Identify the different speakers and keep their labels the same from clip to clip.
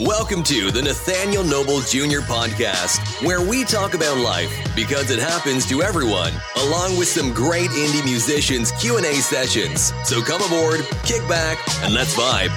Speaker 1: Welcome to the Nathaniel Noble Jr. podcast, where we talk about life because it happens to everyone, along with some great indie musicians Q&A sessions. So come aboard, kick back, and let's vibe.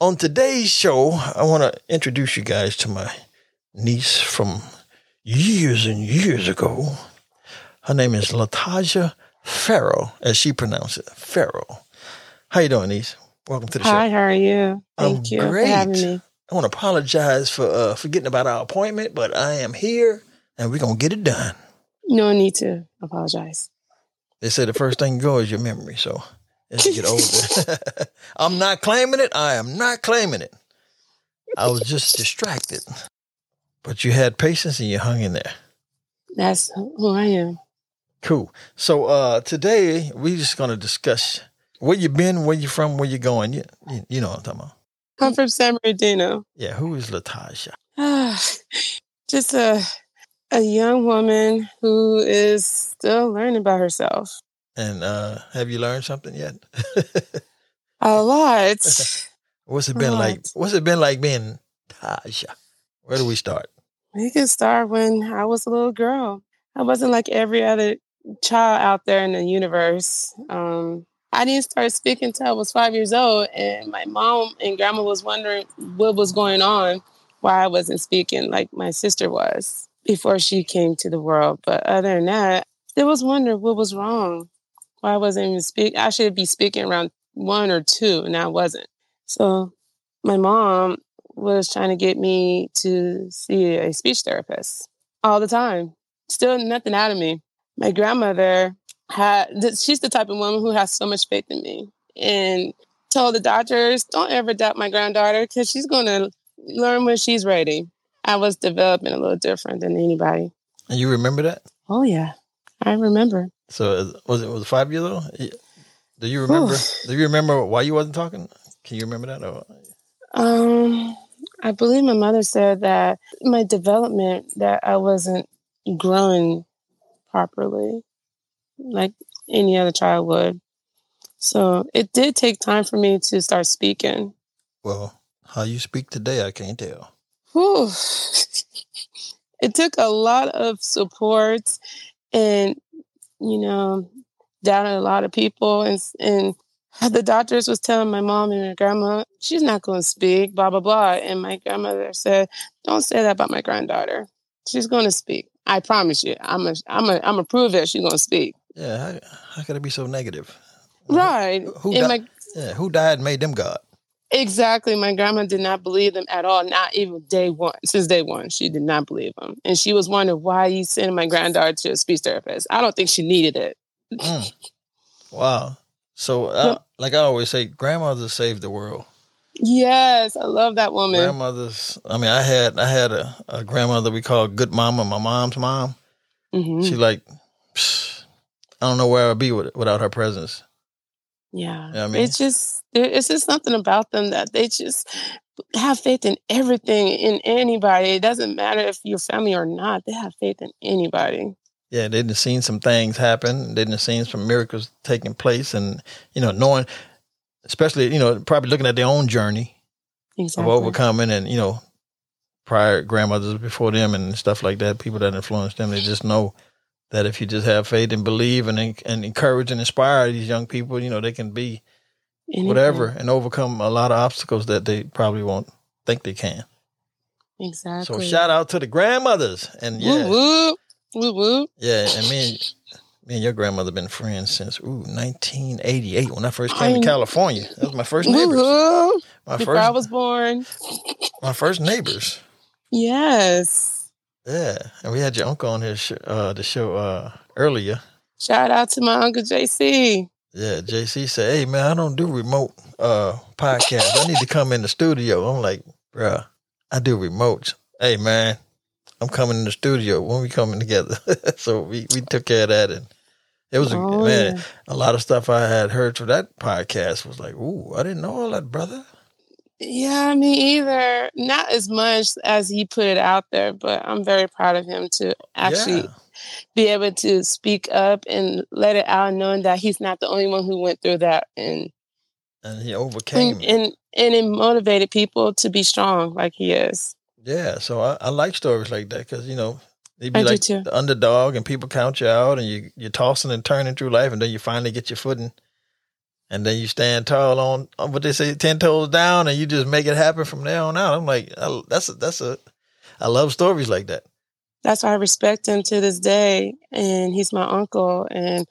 Speaker 2: On today's show, I want to introduce you guys to my niece from years and years ago. Her name is Latasha Farrow, as she pronounced it, Farrow. How you doing, niece? Welcome to the
Speaker 3: Hi,
Speaker 2: show.
Speaker 3: how are you?
Speaker 2: I'm
Speaker 3: Thank you
Speaker 2: great.
Speaker 3: for having me.
Speaker 2: I want to apologize for uh, forgetting about our appointment, but I am here and we're going to get it done.
Speaker 3: No need to apologize.
Speaker 2: They say the first thing to go is your memory, so as you get older. I'm not claiming it. I am not claiming it. I was just distracted. But you had patience and you hung in there.
Speaker 3: That's who I am.
Speaker 2: Cool. So uh today we're just gonna discuss where you been, where you from, where you going. You, you, you know what I'm talking about.
Speaker 3: I'm from San Bernardino.
Speaker 2: Yeah, who is Latasha?
Speaker 3: Just a a young woman who is still learning by herself.
Speaker 2: And uh have you learned something yet?
Speaker 3: A lot.
Speaker 2: what's it been like?
Speaker 3: Right.
Speaker 2: What's it been like being Tasha? Where do we start?
Speaker 3: we can start when I was a little girl. I wasn't like every other child out there in the universe. Um, I didn't start speaking till I was five years old, and my mom and grandma was wondering what was going on, why I wasn't speaking like my sister was before she came to the world. But other than that, there was wonder what was wrong, why I wasn't even speak. I should be speaking around one or two, and I wasn't. So my mom was trying to get me to see a speech therapist all the time. Still nothing out of me. My grandmother had, th- she's the type of woman who has so much faith in me and told the doctors, don't ever doubt my granddaughter because she's going to learn when she's ready. I was developing a little different than anybody.
Speaker 2: And you remember that?
Speaker 3: Oh, yeah. I remember.
Speaker 2: So uh, was it was it five years old? Y- Do you remember? Do you remember why you wasn't talking? Can you remember that? Or
Speaker 3: Um, I believe my mother said that my development that I wasn't growing properly, like any other child would. So it did take time for me to start speaking.
Speaker 2: well, how you speak today, I can't tell.
Speaker 3: Whew. it took a lot of support, and you know, down a lot of people, and and the doctors was telling my mom and my grandma she's not going to speak, blah blah blah, and my grandmother said, "Don't say that about my granddaughter. She's going to speak. I promise you. I'm a I'm a I'm gonna prove that she's going to speak."
Speaker 2: Yeah, how, how could it be so negative?
Speaker 3: Right.
Speaker 2: Who
Speaker 3: and
Speaker 2: di-
Speaker 3: my
Speaker 2: Yeah, who died and made them God?
Speaker 3: Exactly. My grandma did not believe them at all. Not even day one. Since day one, she did not believe them. And she was wondering why you sending my granddaughter to a speech therapist. I don't think she needed it.
Speaker 2: Mm. Wow. So, uh, like I always say, grandmothers saved the world.
Speaker 3: Yes, I love that woman.
Speaker 2: Grandmothers. I mean, I had I had a, a grandmother we called Good Mama, my mom's mom.
Speaker 3: Mhm.
Speaker 2: She like, I don't know where I'd be with, without her presence.
Speaker 3: yeah.
Speaker 2: Yeah, I mean-
Speaker 3: it's just there- it's just something about them that they just have faith in everything in anybody. It doesn't matter if you're family or not. They have faith in anybody.
Speaker 2: yeah, they didn't seen some things happen. They didn't seen some miracles taking place, and you know, knowing, especially you know, probably looking at their own journey
Speaker 3: Exactly.
Speaker 2: of overcoming, and you know, prior grandmothers before them and stuff like that, people that influenced them, they just know that if you just have faith and believe and en- and encourage and inspire these young people, you know, they can be
Speaker 3: Anything.
Speaker 2: whatever and overcome a lot of obstacles that they probably won't think they can.
Speaker 3: Exactly.
Speaker 2: So shout out to the grandmothers and yeah,
Speaker 3: Woo woo. Woo woo.
Speaker 2: Yeah, and me and me and your grandmother been friends since ooh 1988 when I first came
Speaker 3: I'm-
Speaker 2: to California. That was my first
Speaker 3: Woo
Speaker 2: neighbors.
Speaker 3: woo.
Speaker 2: My
Speaker 3: before Oh. I
Speaker 2: first
Speaker 3: was born.
Speaker 2: my first neighbors.
Speaker 3: Yes.
Speaker 2: Yeah, and we had your uncle on his sh- uh, the show uh, earlier.
Speaker 3: Shout out to my uncle JC.
Speaker 2: Yeah, JC said, "Hey man, I don't do remote uh, podcasts. I need to come in the studio." I'm like, "Bruh, I do remotes." Hey man, I'm coming in the studio when we coming together. so we, we took care of that, and it was a
Speaker 3: Oh,
Speaker 2: man.
Speaker 3: yeah.
Speaker 2: a lot of stuff I had heard from that podcast was like, "Ooh, I didn't know all that, brother."
Speaker 3: Yeah, me either. Not as much as he put it out there, but I'm very proud of him to actually
Speaker 2: yeah.
Speaker 3: be able to speak up and let it out, knowing that he's not the only one who went through that, and
Speaker 2: and he overcame
Speaker 3: and
Speaker 2: it.
Speaker 3: and, and it motivated people to be strong like he is.
Speaker 2: Yeah, so I, I like stories like that because you know they'd be
Speaker 3: I do
Speaker 2: like
Speaker 3: too.
Speaker 2: the underdog, and people count you out, and you you're tossing and turning through life, and then you finally get your footing, and then you stand tall on on what they say ten toes down, and you just make it happen from there on out. I'm like, I, that's a, that's a, I love stories like that.
Speaker 3: that's why I respect him to this day. And he's my uncle, and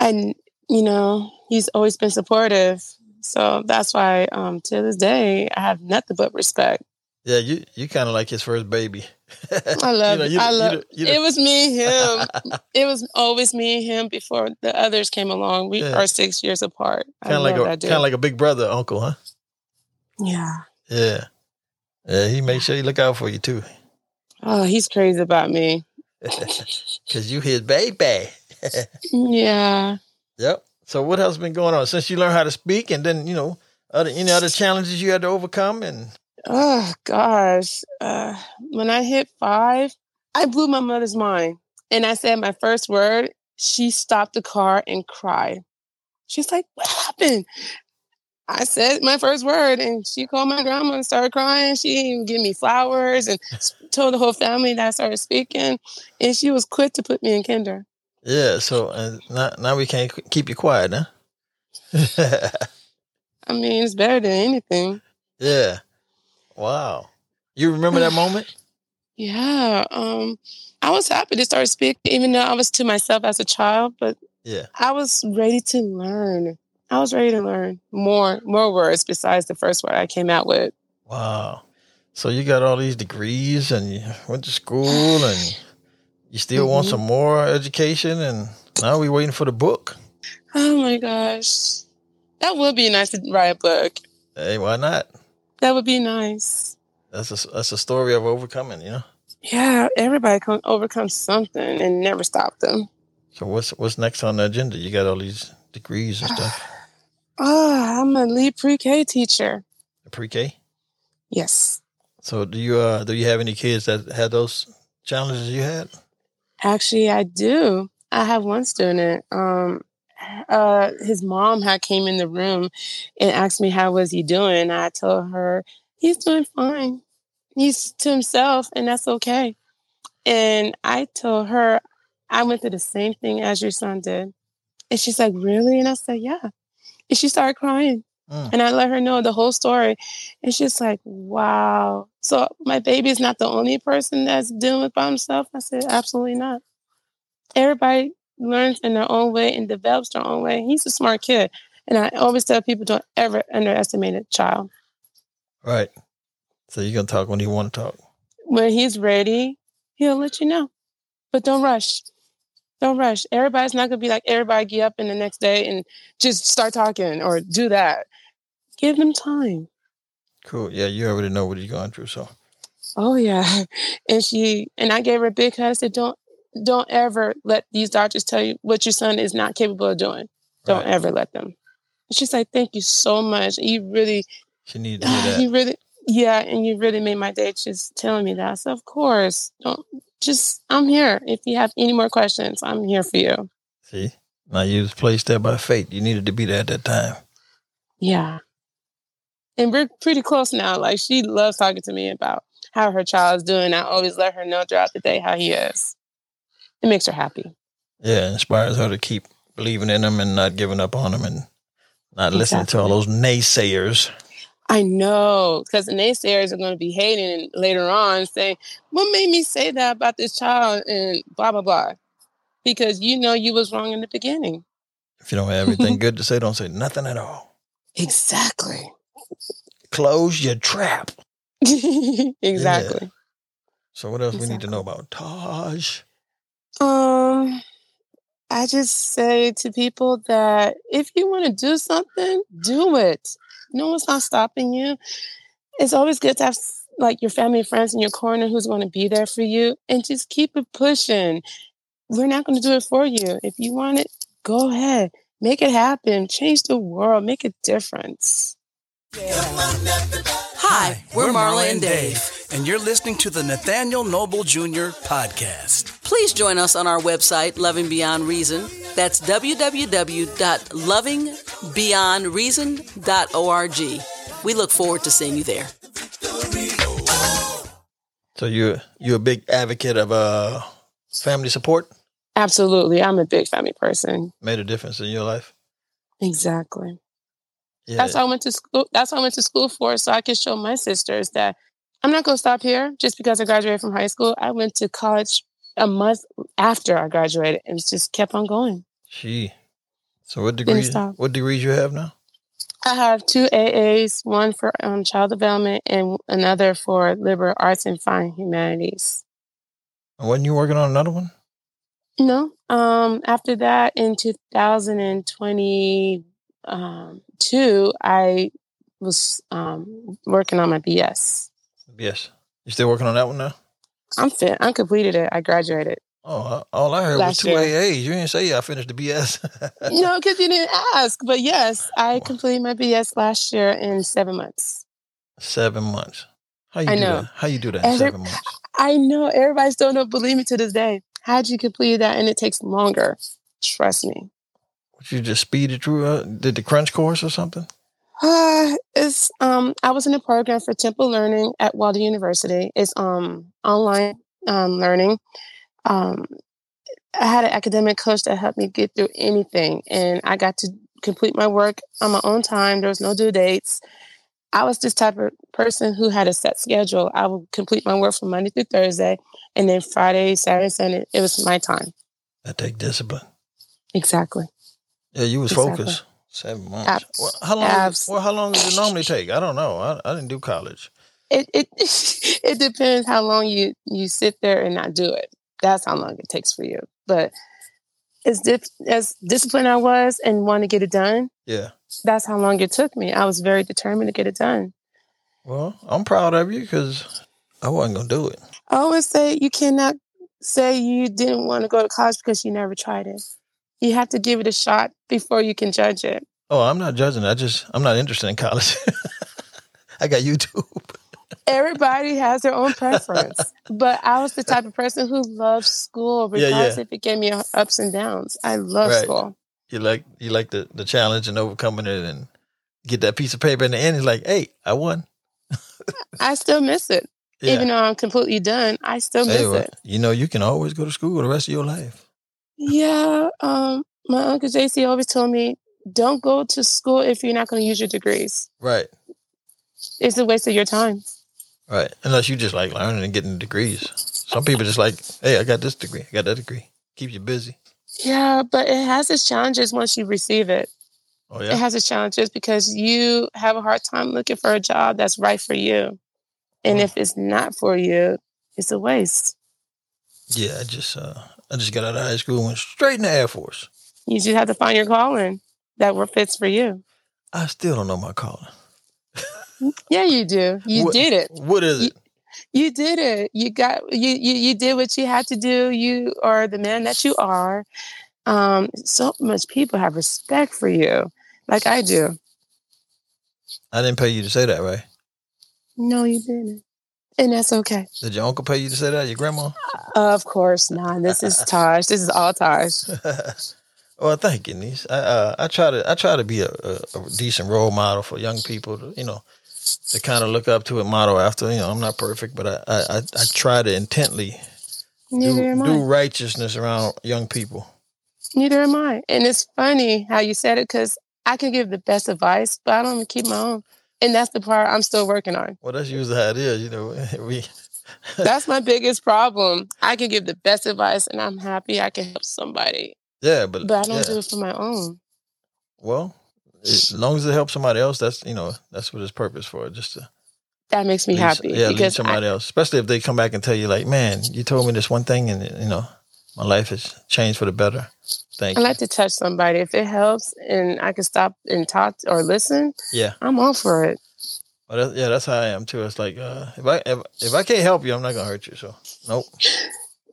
Speaker 3: and you know he's always been supportive. So that's why um, to this day I have nothing but respect.
Speaker 2: Yeah, you you kind of like his first baby.
Speaker 3: I love.
Speaker 2: know,
Speaker 3: it.
Speaker 2: you
Speaker 3: I
Speaker 2: the- you
Speaker 3: love.
Speaker 2: the- you the-
Speaker 3: it was me and him. it was always me and him before the others came along. We
Speaker 2: Yeah.
Speaker 3: are six years apart.
Speaker 2: kind
Speaker 3: I
Speaker 2: of like
Speaker 3: love
Speaker 2: a
Speaker 3: that dude.
Speaker 2: kind of like a big brother uncle, huh?
Speaker 3: yeah.
Speaker 2: Yeah, yeah. He makes sure he look out for you too,
Speaker 3: Oh, he's crazy about me.
Speaker 2: cause you his baby.
Speaker 3: Yeah.
Speaker 2: Yep. So what else been going on since you learned how to speak, and then you know other any other challenges you had to overcome? And
Speaker 3: Oh gosh. Uh, when I hit five, I blew my mother's mind. And I said my first word, she stopped the car and cried. She's like, What happened? I said my first word and she called my grandma and started crying. She even give me flowers and s- told the whole family that I started speaking. And she was quick to put me in kinder.
Speaker 2: yeah, so uh, now now we can't qu- keep you quiet, huh?
Speaker 3: I mean, it's better than anything.
Speaker 2: yeah. Wow. You remember that moment?
Speaker 3: Yeah. Um, I was happy to start speaking, even though I was to myself as a child, but
Speaker 2: Yeah.
Speaker 3: I was ready to learn. I was ready to learn more, more words besides the first word I came out with.
Speaker 2: Wow. So you got all these degrees, and you went to school, and you still want
Speaker 3: Mhm.
Speaker 2: some more education, and now we waiting for the book.
Speaker 3: Oh my gosh. That would be nice to write a book.
Speaker 2: Hey, why not?
Speaker 3: That would be nice.
Speaker 2: That's a that's a story of overcoming, you know.
Speaker 3: Yeah, everybody can overcome something and never stop them.
Speaker 2: So what's what's next on the agenda? You got all these degrees and stuff.
Speaker 3: Oh, I'm a lead pre-K teacher.
Speaker 2: pre-K.
Speaker 3: Yes.
Speaker 2: So do you uh do you have any kids that had those challenges you had?
Speaker 3: Actually, I do. I have one student. Um, uh, his mom had came in the room and asked me how was he doing. I told her he's doing fine. He's to himself, and that's okay. And I told her I went through the same thing as your son did, and she's like, "Really?" And I said, "Yeah." And she started crying,
Speaker 2: Mm.
Speaker 3: and I let her know the whole story, and she's like, "Wow!" So my baby is not the only person that's dealing with by himself. I said, "Absolutely not." everybody learns in their own way and develops their own way. He's a smart kid. And I always tell people don't ever underestimate a child.
Speaker 2: Right. So you can talk when you want to talk.
Speaker 3: When he's ready, he'll let you know. But don't rush. Don't rush. Everybody's not gonna be like everybody get up in the next day and just start talking or do that. Give them time.
Speaker 2: Cool. Yeah, you already know what he's going through. So
Speaker 3: Oh yeah. And she and I gave her a big hug. I said, Don't don't ever let these doctors tell you what your son is not capable of doing. Don't
Speaker 2: right.
Speaker 3: ever let them. She's like, Thank you so much. You really
Speaker 2: she needs to hear
Speaker 3: Ah,
Speaker 2: that.
Speaker 3: you really yeah and you really made my day just telling me that so of course don't just i'm here if you have any more questions i'm here for you
Speaker 2: See? Now you was placed there by fate. You needed to be there at that time.
Speaker 3: yeah and we're pretty close now like she loves talking to me about how her child's doing i always let her know throughout the day how he is it makes her happy
Speaker 2: Yeah, it inspires her to keep believing in him and not giving up on him and not listening to all those naysayers.
Speaker 3: i know because the naysayers are going to be hating later on saying what made me say that about this child and blah blah blah because you know you was wrong in the beginning
Speaker 2: If you don't have anything good to say, don't say nothing at all.
Speaker 3: Exactly.
Speaker 2: Close your trap.
Speaker 3: exactly.
Speaker 2: So what else we need to
Speaker 3: Exactly.
Speaker 2: know about Taj?
Speaker 3: Um, I just say to people that if you want to do something, do it. No one's not stopping you. It's always good to have s- like your family and friends in your corner who's going to be there for you and just keep it pushing. We're not going to do it for you. If you want it, go ahead. Make it happen. Change the world. Make a difference.
Speaker 4: Hi, we're Marla and Dave. and you're listening to the Nathaniel Noble Jr. Podcast.
Speaker 5: Please join us on our website, Loving Beyond Reason. That's www.lovingbeyondreason.org. We look forward to seeing you there.
Speaker 2: So you you're a big advocate of uh family support?
Speaker 3: Absolutely. I'm a big family person.
Speaker 2: Made a difference in your life?
Speaker 3: Exactly.
Speaker 2: Yeah.
Speaker 3: That's what I went to school. That's what I went to school for, so I could show my sisters that I'm not going to stop here just because I graduated from high school. I went to college a month after I graduated and just kept on going.
Speaker 2: Gee. So what
Speaker 3: Didn't
Speaker 2: degrees
Speaker 3: stop.
Speaker 2: what degrees you have now?
Speaker 3: I have two AAs, one for um, child development and another for liberal arts and fine humanities.
Speaker 2: And wasn't you working on another one?
Speaker 3: No, um, after that in 2022, um, I was um, working on my BS.
Speaker 2: Yes. You still working on that one now?
Speaker 3: I'm fit. I completed it. I graduated.
Speaker 2: Oh, I- all I heard was
Speaker 3: Last
Speaker 2: two
Speaker 3: year.
Speaker 2: AAs. You didn't say I finished the BS.
Speaker 3: no, because you didn't ask. But yes, I
Speaker 2: Wow.
Speaker 3: completed my BS last year in seven months.
Speaker 2: Seven months. How you
Speaker 3: I
Speaker 2: do
Speaker 3: know.
Speaker 2: that? How you do that in
Speaker 3: Every-
Speaker 2: seven months?
Speaker 3: I know everybody still don't believe me to this day. How'd you complete that? And it takes longer. Trust me.
Speaker 2: Would you just speed it through? Uh, did the crunch course or something?
Speaker 3: Uh, it's um I was in a program for temple learning at Walden University. It's um online um learning. Um I had an academic coach that helped me get through anything and I got to complete my work on my own time. There was no due dates. I was this type of person who had a set schedule. I would complete my work from Monday through Thursday and then Friday, Saturday, Sunday, it was my time.
Speaker 2: That take discipline.
Speaker 3: Exactly.
Speaker 2: Yeah, you was
Speaker 3: Exactly.
Speaker 2: focused. Seven months.
Speaker 3: Abs-
Speaker 2: well, how long?
Speaker 3: abs-
Speaker 2: Well, how long does it normally take? I don't know. I, I didn't do college.
Speaker 3: it it it depends how long you you sit there and not do it. That's how long it takes for you. But as dip, as disciplined I was and want to get it done,
Speaker 2: Yeah.
Speaker 3: that's how long it took me. I was very determined to get it done.
Speaker 2: Well, I'm proud of you because I wasn't gonna do it.
Speaker 3: I always say you cannot say you didn't want to go to college because you never tried it. You have to give it a shot before you can judge it.
Speaker 2: Oh, I'm not judging. I just I'm not interested in college. I got YouTube.
Speaker 3: Everybody has their own preference, but I was the type of person who loved school
Speaker 2: Yeah, yeah.
Speaker 3: regardless if it gave me uh, ups and downs. I love
Speaker 2: Right.
Speaker 3: school.
Speaker 2: You like you like the the challenge and overcoming it and get that piece of paper in the end. It's like, hey, I won.
Speaker 3: I still miss it.
Speaker 2: Yeah.
Speaker 3: Even though I'm completely done, I still miss
Speaker 2: Hey, well,
Speaker 3: it.
Speaker 2: you know, you can always go to school the rest of your life.
Speaker 3: Yeah. Um, my uncle JC always told me, don't go to school if you're not going to use your degrees.
Speaker 2: Right.
Speaker 3: It's a waste of your time.
Speaker 2: Right. Unless you just like learning and getting degrees. Some people just like, hey, I got this degree. I got that degree. Keep you busy.
Speaker 3: Yeah, but it has its challenges once you receive it.
Speaker 2: Oh
Speaker 3: It
Speaker 2: yeah.
Speaker 3: has its challenges because you have a hard time looking for a job that's right for you. And
Speaker 2: Mm.
Speaker 3: if it's not for you, it's a waste.
Speaker 2: Yeah. I just uh I just got out of high school and went straight in the Air Force.
Speaker 3: You just have to find your calling that work fits for you.
Speaker 2: I still don't know my calling.
Speaker 3: Yeah, you do. You
Speaker 2: What-
Speaker 3: did it.
Speaker 2: What is
Speaker 3: You-
Speaker 2: it?
Speaker 3: you did it you got you, you you did what you had to do you are the man that you are um so much people have respect for you like i do
Speaker 2: I didn't pay you to say that, right?
Speaker 3: no you didn't and that's okay
Speaker 2: Did your uncle pay you to say that? Your grandma?
Speaker 3: of course not this is taj this is all taj
Speaker 2: well, thank you, niece. Oh, I uh, I try to I try to be a, a, a decent role model for young people. To, you know, to kind of look up to and model after. You know, I'm not perfect, but I I, I, I try to intently
Speaker 3: neither
Speaker 2: do,
Speaker 3: am
Speaker 2: do
Speaker 3: i
Speaker 2: righteousness around young people.
Speaker 3: neither am i and it's funny how you said it because i can give the best advice but i don't keep my own and that's the part i'm still working on
Speaker 2: Well, that's usually how it is. You know, we
Speaker 3: that's my biggest problem i can give the best advice and i'm happy i can help somebody
Speaker 2: yeah, but
Speaker 3: but I don't
Speaker 2: yeah.
Speaker 3: do it for my own.
Speaker 2: well. As long as it helps somebody else, that's you know that's what it's purpose for. Just to
Speaker 3: That makes me
Speaker 2: lead-
Speaker 3: happy
Speaker 2: yeah, lead
Speaker 3: because I,
Speaker 2: somebody else. Especially if they come back and tell you, like, man, you told me this one thing, and you know, my life has changed for the better. Thank
Speaker 3: I
Speaker 2: you.
Speaker 3: like to touch somebody. If it helps and I can stop and talk or listen,
Speaker 2: Yeah.
Speaker 3: I'm all for it.
Speaker 2: Well, Oh, that, yeah, that's how I am too. It's like uh, if I if, if I can't help you, I'm not gonna hurt you. So nope.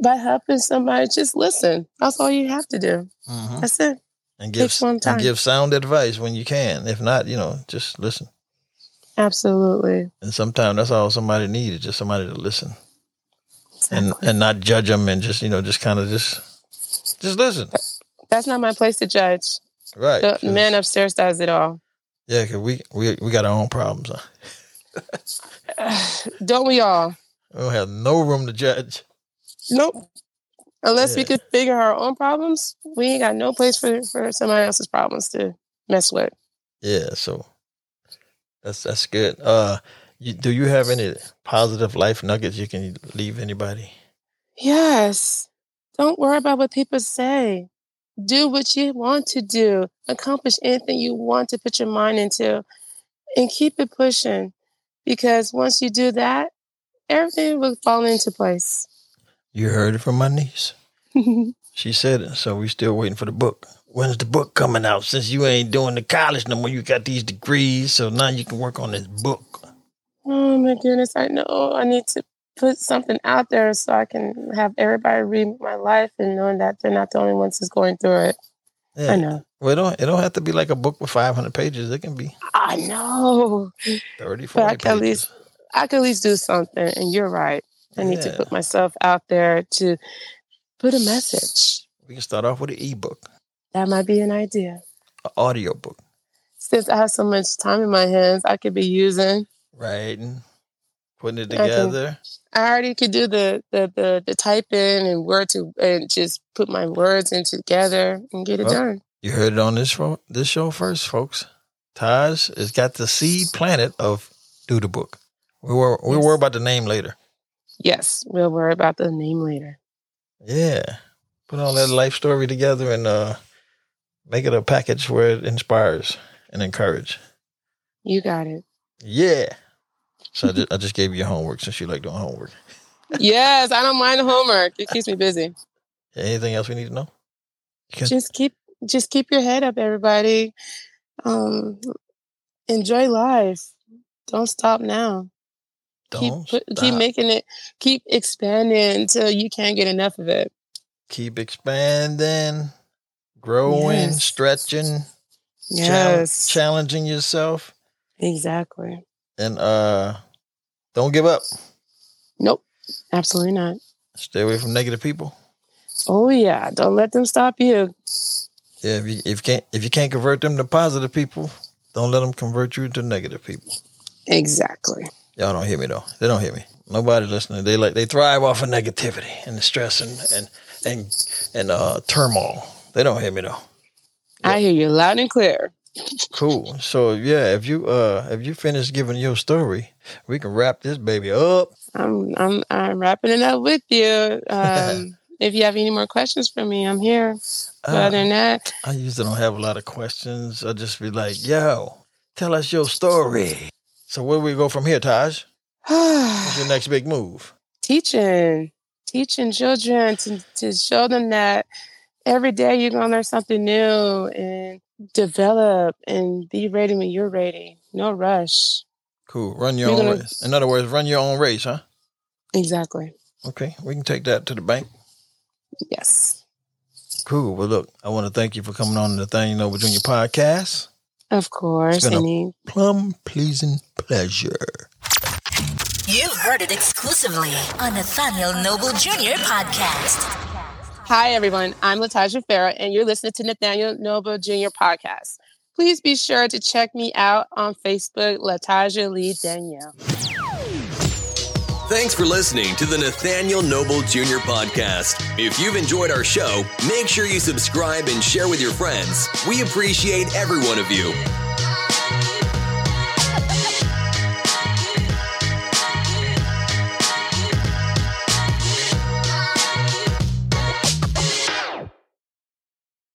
Speaker 3: By helping somebody, just listen. That's all you have to do.
Speaker 2: hmm
Speaker 3: That's it.
Speaker 2: And give
Speaker 3: Takes one
Speaker 2: and
Speaker 3: time.
Speaker 2: give sound advice when you can. If not, you know, just listen.
Speaker 3: Absolutely.
Speaker 2: And sometimes that's all somebody needs, just somebody to listen and and not judge them and just you know just kind of just just listen.
Speaker 3: That's not my place to judge.
Speaker 2: Right.
Speaker 3: The
Speaker 2: 'Cause-
Speaker 3: man uh, upstairs does it all.
Speaker 2: Yeah, cause we we we got our own problems. Huh?
Speaker 3: Don't we all?
Speaker 2: We don't have no room to judge.
Speaker 3: Nope. Unless we
Speaker 2: Yeah.
Speaker 3: could figure our own problems, we ain't got no place for, for somebody else's problems to mess with.
Speaker 2: Yeah, so that's that's good. Uh, you, do you have any positive life nuggets you can leave anybody?
Speaker 3: Yes. Don't worry about what people say. Do what you want to do. Accomplish anything you want to put your mind into and keep it pushing because once you do that, everything will fall into place. Oh
Speaker 2: You heard it from my niece. She said it, so we still waiting for the book. When's the book coming out? Since you ain't doing the college no more, you got these degrees, so now you can work on this book.
Speaker 3: oh my goodness, I know I need to put something out there so I can have everybody read my life and knowing that they're not the only ones that's going through it.
Speaker 2: Yeah.
Speaker 3: I know.
Speaker 2: Well, it don't it don't have to be like a book with five hundred pages. It can be
Speaker 3: I know.
Speaker 2: 30, 40
Speaker 3: But I can at
Speaker 2: pages.
Speaker 3: least I could at least do something. And you're right. I need to
Speaker 2: Yeah.
Speaker 3: put myself out there to put a message.
Speaker 2: We can start off with an ebook,
Speaker 3: That might be an idea.
Speaker 2: an audio book,
Speaker 3: Since I have so much time in my hands, I could be using.
Speaker 2: writing, putting it
Speaker 3: Okay.
Speaker 2: together.
Speaker 3: I already could do the the the, the typing and word to and just put my words in together and get it
Speaker 2: Well,
Speaker 3: done.
Speaker 2: You heard it on this fo- this show first, folks. Taj has got the seed planet of do the book. We were we
Speaker 3: Yes.
Speaker 2: worry about the name later.
Speaker 3: Yes, we'll worry about the name later.
Speaker 2: Yeah, put all that life story together and uh, make it a package where it inspires and encourage.
Speaker 3: You got it.
Speaker 2: Yeah. So I just, I just gave you your homework since you like doing homework.
Speaker 3: yes, I don't mind the homework. It keeps me busy.
Speaker 2: Anything else we need to know? Because
Speaker 3: just keep just keep your head up everybody um enjoy life don't stop now keep
Speaker 2: don't
Speaker 3: put, keep
Speaker 2: stop.
Speaker 3: making it keep expanding until you can't get enough of it
Speaker 2: keep expanding, growing,
Speaker 3: Yes.
Speaker 2: stretching, chal-
Speaker 3: yes
Speaker 2: challenging yourself,
Speaker 3: exactly
Speaker 2: and uh, don't give up.
Speaker 3: nope absolutely not
Speaker 2: Stay away from negative people.
Speaker 3: oh yeah don't let them stop you
Speaker 2: Yeah, if you, if you can't if you can't convert them to positive people, don't let them convert you to negative people.
Speaker 3: exactly
Speaker 2: Y'all don't hear me though. They don't hear me. Nobody listening. They like they thrive off of negativity and the stress and and and and uh, turmoil. They don't hear me though.
Speaker 3: i hear you loud and clear
Speaker 2: Cool. So yeah, if you uh if you finish giving your story, we can wrap this baby up.
Speaker 3: i'm i'm i'm wrapping it up with you um if you have any more questions for me i'm here but
Speaker 2: Uh,
Speaker 3: other than that
Speaker 2: I usually don't have a lot of questions. I just be like, yo, tell us your story. So where do we go from here, Taj? What's your next big move?
Speaker 3: teaching teaching children to, to show them that every day you're going to learn something new and develop and be ready when you're ready no rush
Speaker 2: Cool. Run your
Speaker 3: We're
Speaker 2: own
Speaker 3: gonna-
Speaker 2: race. In other words, run your own race, huh?
Speaker 3: exactly
Speaker 2: Okay. We can take that to the bank.
Speaker 3: yes
Speaker 2: Cool. Well, look, I want to thank you for coming on the Thing You Know with Junior podcast.
Speaker 3: of course
Speaker 2: been a-
Speaker 3: any
Speaker 2: Plum pleasing pleasure.
Speaker 6: You heard it exclusively on Nathaniel Noble Jr. podcast.
Speaker 3: hi everyone i'm latasha farah and you're listening to nathaniel noble jr podcast please be sure to check me out on facebook latasha lee danielle
Speaker 1: Thanks for listening to the Nathaniel Noble Jr. podcast. If you've enjoyed our show, make sure you subscribe and share with your friends. We appreciate every one of you.